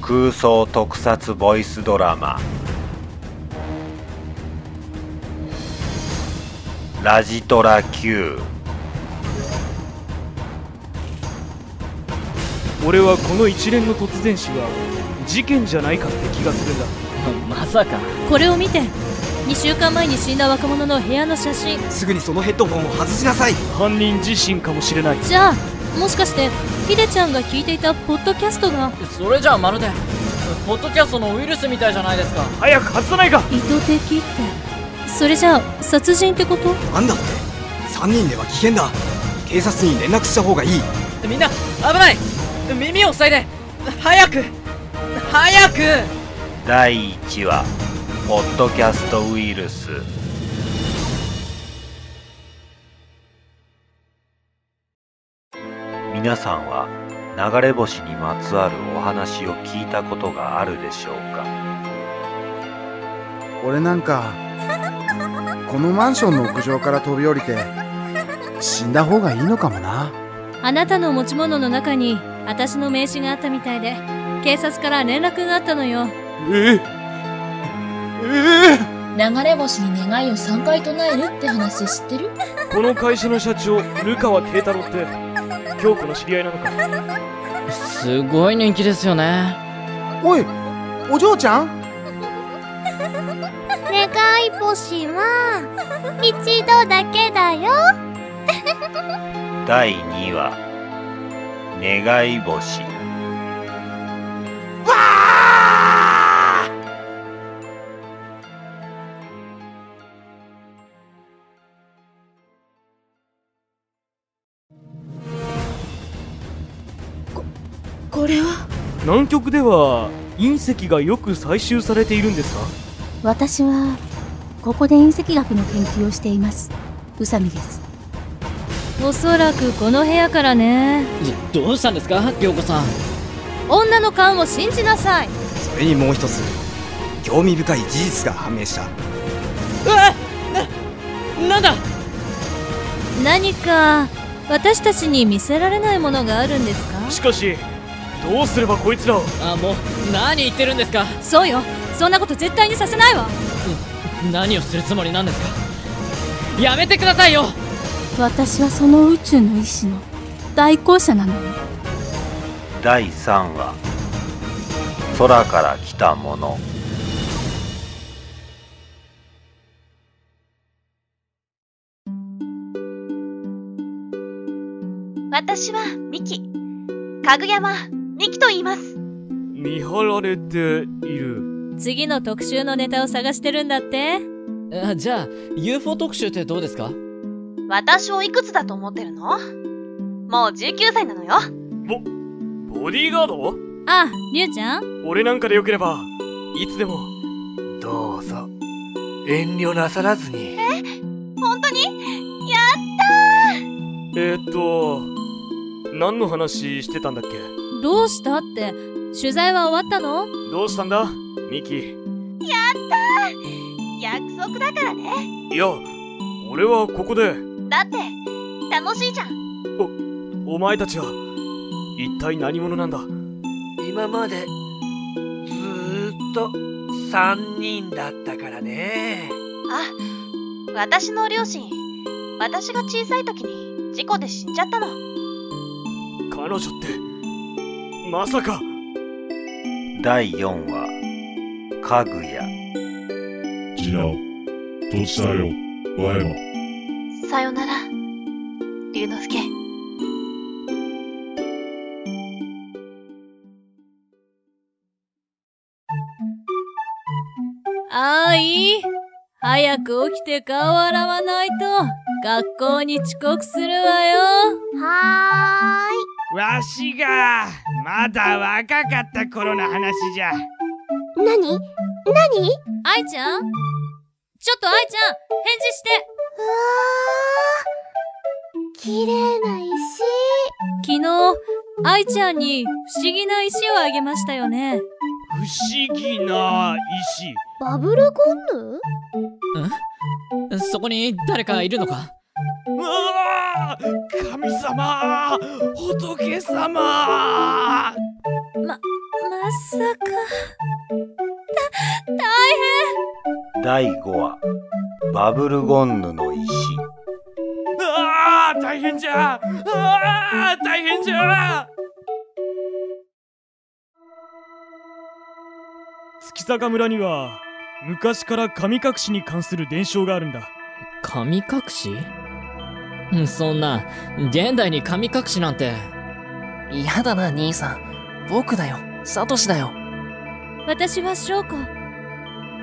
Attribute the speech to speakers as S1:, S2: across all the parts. S1: 空想特撮ボイスドラマ「ラジトラ Q
S2: 俺はこの一連の突然死は事件じゃないかって気がするんだ
S3: まさか
S4: これを見て2週間前に死んだ若者の部屋の写真
S5: すぐにそのヘッドホンを外しなさい
S2: 犯人自身かもしれない
S4: じゃあもしかしてヒデちゃんが聞いていたポッドキャストが
S3: それじゃあまるでポッドキャストのウイルスみたいじゃないですか
S2: 早く外さないか
S4: 意図的ってそれじゃあ殺人ってこと
S5: なんだって3人では危険だ警察に連絡した方がいい
S3: みんな危ない耳を塞いで早く早く」
S1: 第1話「ポッドキャストウイルス」皆さんは流れ星にまつわるお話を聞いたことがあるでしょうか
S6: 俺なんかこのマンションの屋上から飛び降りて死んだ方がいいのかもな
S4: あなたの持ち物の中に私の名刺があったみたいで警察から連絡があったのよ
S2: えええ
S7: 流れ星に願いを3回唱えるって話知ってる
S2: えこの会社の社長ルカワ慶太郎って京子の知り合いなのか
S3: すごい人気ですよね
S6: おいお嬢ちゃん
S8: 願い星は一度だけだよ
S1: 第2話「願い星」
S8: これは
S2: 南極では隕石がよく採集されているんですか
S9: 私はここで隕石学の研究をしています宇佐美です
S4: おそらくこの部屋からね
S3: どどうしたんですか京子さん
S4: 女の勘を信じなさい
S5: それにもう一つ興味深い事実が判明した
S3: うわななんだ
S4: 何か私たちに見せられないものがあるんですか
S2: しかしどうすればこいつらを
S3: あもう何言ってるんですか
S4: そうよそんなこと絶対にさせないわ
S3: 何をするつもりなんですかやめてくださいよ
S9: 私はその宇宙の意志の代行者なのよ
S1: 第3話「空から来たもの
S8: 私はミキかぐやはミキと言います
S2: 見張られている
S4: 次の特集のネタを探してるんだって
S3: あじゃあ UFO 特集ってどうですか
S8: 私をいくつだと思ってるのもう19歳なのよ
S2: ボボディーガード
S4: ありゅうちゃん
S2: 俺なんかでよければいつでも
S10: どうぞ遠慮なさらずに
S8: 本当に
S2: えー、っと何の話してたんだっけ
S4: どうしたって取材は終わったの
S2: どうしたんだミキ
S8: 約束だからね
S2: いや俺はここで
S8: だって楽しいじゃん
S2: お前たちは一体何者なんだ
S10: 今までずーっと3人だったからね
S8: あ私の両親私が小さい時に事故で死んじゃったの
S2: 彼女ってまさか
S1: 第4話「かぐや
S11: ジナオ、土地だよ、ワイマ。
S8: さよなら龍之介
S4: あーい早く起きて顔洗わないと学校に遅刻するわよ
S8: は
S12: わしがまだ若かった頃の話じゃ
S8: ーい何何
S4: 愛ちゃんちょっと愛ちゃん返事して
S8: うわー綺麗な石
S4: 昨日愛ちゃんに不思議な石をあげましたよね
S12: 不思議な石
S8: バブルゴンヌ
S3: そこに誰かいるのか
S12: うわー神様仏様
S4: まさか。た、
S1: 第5話バブルゴンヌの石
S12: ああ大変じゃああ大変じゃ
S2: 月坂村には昔から神隠しに関する伝承があるんだ
S3: 神隠しうんそんな、現代に神隠しなんて。
S13: 嫌だな、兄さん。僕だよ。サトシだよ。
S4: 大変私は証拠。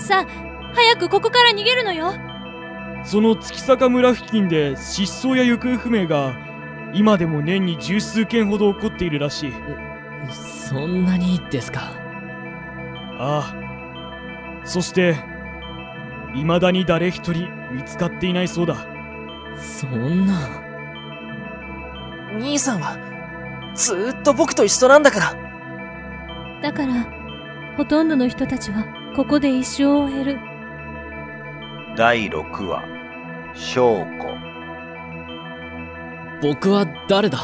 S4: さあ、早くここから逃げるのよ
S2: その月坂村付近で失踪や行方不明が今でも年に十数件ほど起こっているらしい
S3: そんなにですか
S2: ああそして未だに誰一人見つかっていないそうだ
S3: そんな
S13: 兄さんは、ずーっと僕と一緒なんだから。
S4: だから、ほとんどの人たちはここで一生を終える。
S1: 第6話証拠
S3: 僕は誰だ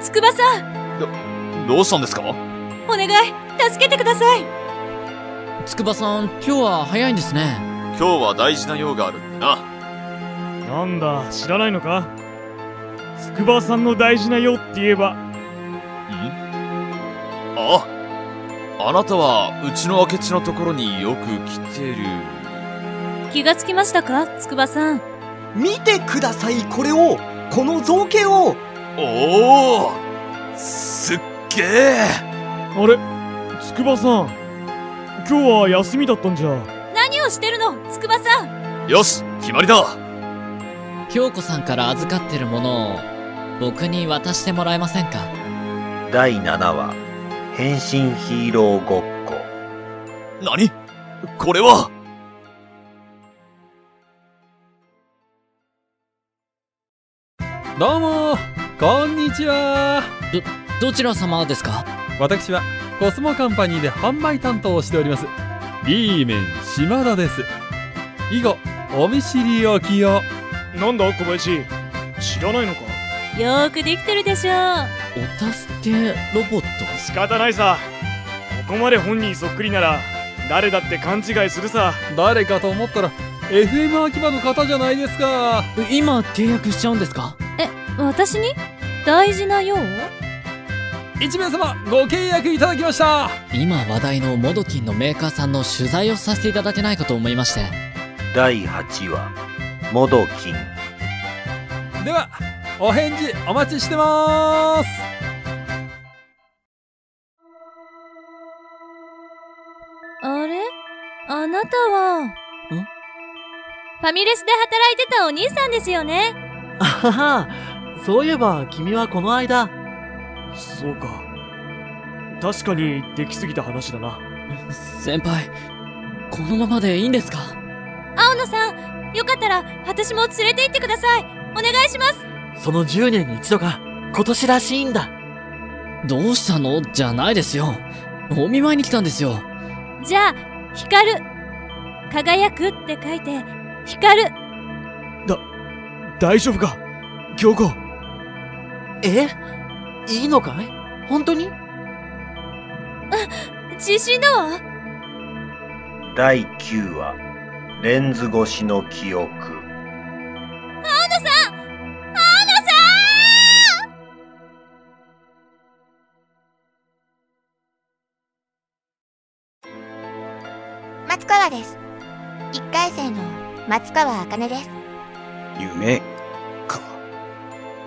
S4: 筑波さん、
S14: どうしたんですか
S4: お願い、助けてください
S3: 筑波さん、今日は早いんですね。
S14: 今日は大事な用があるんでな。
S2: なんだ知らないのか筑波さんの大事な用って言えば
S14: ああなたは、うちの明智のところによく来てる。
S4: 気がつきましたか筑波さん。
S5: 見てくださいこれをこの造形を
S14: おおすっげえ
S2: あれ筑波さん今日は休みだったんじゃ
S4: 何をしてるの筑波さん
S14: よし、決まりだ
S3: 京子さんから預かってるものを、僕に渡してもらえませんか
S1: 第7話変身ヒーローごっこ
S14: 何これは
S15: どうもこんにちは
S3: ど、どちら様ですか
S15: 私はコスモカンパニーで販売担当をしております B 面島田です以後お見知りおきを
S2: なんだ小林知らないのか
S4: よーくできてるでしょう。
S3: お助けロボット
S2: 仕方ないさここまで本人そっくりなら誰だって勘違いするさ
S15: 誰かと思ったら FM 秋葉の方じゃないですか
S3: 今契約しちゃうんですか
S4: 私に大事な用
S15: 1名様ご契約いただきました
S3: 今話題のモドキンのメーカーさんの取材をさせていただけないかと思いまして。
S1: 第8話モドキン
S15: ではお返事お待ちしてます
S4: あれあなたは。んファミレスで働いてたお兄さんですよね
S16: あはは、そういえば君はこの間、
S2: そうか確かにできすぎた話だな
S3: 先輩、このままでいいんですか
S4: 青野さん、よかったら私も連れて行ってください。お願いします。
S16: その10年に一度が今年らしいんだ。
S3: どうしたのじゃないですよ。お見舞いに来たんですよ。
S4: じゃあ、光る。輝くって書いて、光る。
S2: 大丈夫か京子
S16: えいいのかい本当に
S4: 自信だわ。
S1: 第9話レンズ越しの記憶
S4: 青野さん青野さん
S8: 松川です1回生の松川茜です
S5: 夢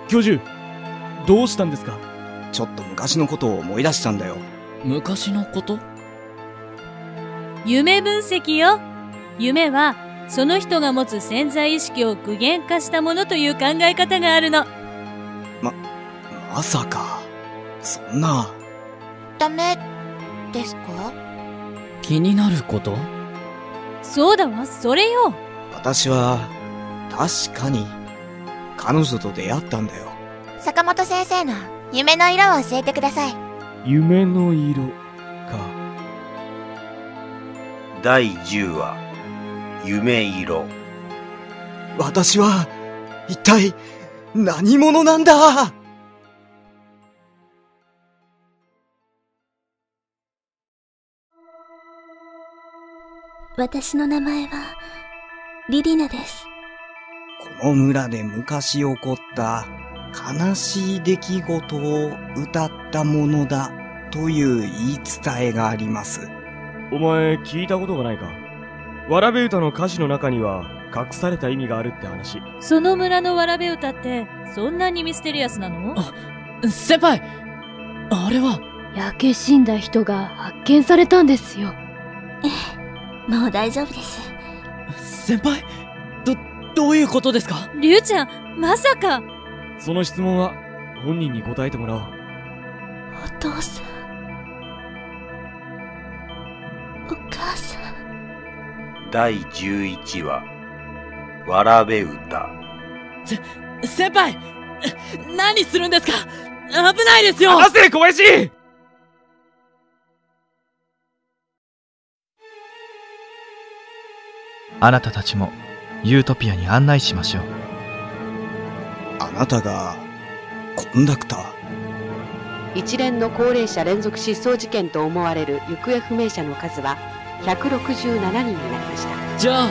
S2: 教授どうしたんですか
S5: ちょっと昔のことを思い出したんだよ
S3: 昔のこと
S4: 夢分析よ。夢は、その人が持つ潜在意識を具現化したものという考え方があるの。
S5: まさかそんな
S8: ダメですか
S3: 気になること
S4: そうだわ、それよ。
S5: 私は確かに彼女と出会ったんだよ
S8: 坂本先生の夢の色を教えてください
S2: 夢の色
S1: 第10話夢色
S5: 私は一体、何者なんだ
S9: 私の名前は、リリナです。
S5: この村で昔起こった悲しい出来事を歌ったものだという言い伝えがあります。
S2: お前聞いたことがないかわらべ歌の歌詞の中には隠された意味があるって話
S4: その村のわらべ歌って、そんなにミステリアスなの
S3: 先輩あれは
S17: 焼け死んだ人が発見されたんですよ。
S8: もう大丈夫です。
S3: 先輩ど、どういうことですか
S4: リュウちゃん、まさか
S2: その質問は本人に答えてもらおう
S8: お父さん。お母さん。
S1: 第11話、わらべ歌。
S3: 先輩何するんですか危ないですよ
S2: 離せ小林
S18: あなたたちもユートピアに案内しましょう
S5: あなたが、コンダクター。
S19: 一連の高齢者連続失踪事件と思われる行方不明者の数は167人になりました
S3: じゃあ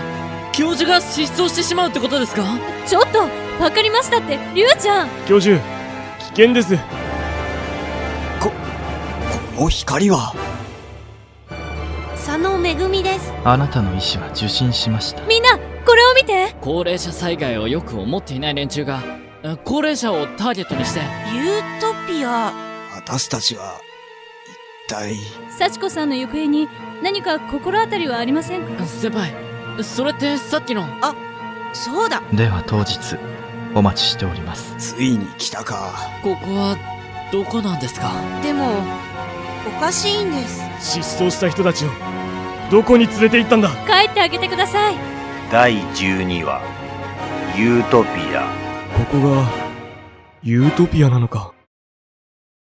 S3: 教授が失踪してしまうってことですか
S4: ちょっとわかりましたって、リュウちゃん
S2: 教授危険です
S5: この光は
S8: 佐野恵です。
S18: あなたの意思は受信しました
S4: みんな、これを見て
S3: 高齢者災害をよく思っていない連中がえ高齢者をターゲットにして
S8: ユートピア。
S5: 私たちは、一体、
S4: 幸子さんの行方に何か心当たりはありませんか
S3: 先輩それってさっきの
S8: あそうだ
S18: では当日お待ちしております
S5: ついに来たか
S3: ここはどこなんですか
S8: でも、おかしいんです。
S2: 失踪した人たちをどこに連れて行ったんだ
S4: 帰ってあげてください
S1: 第12話、ユートピア。
S2: ここがユートピアなのか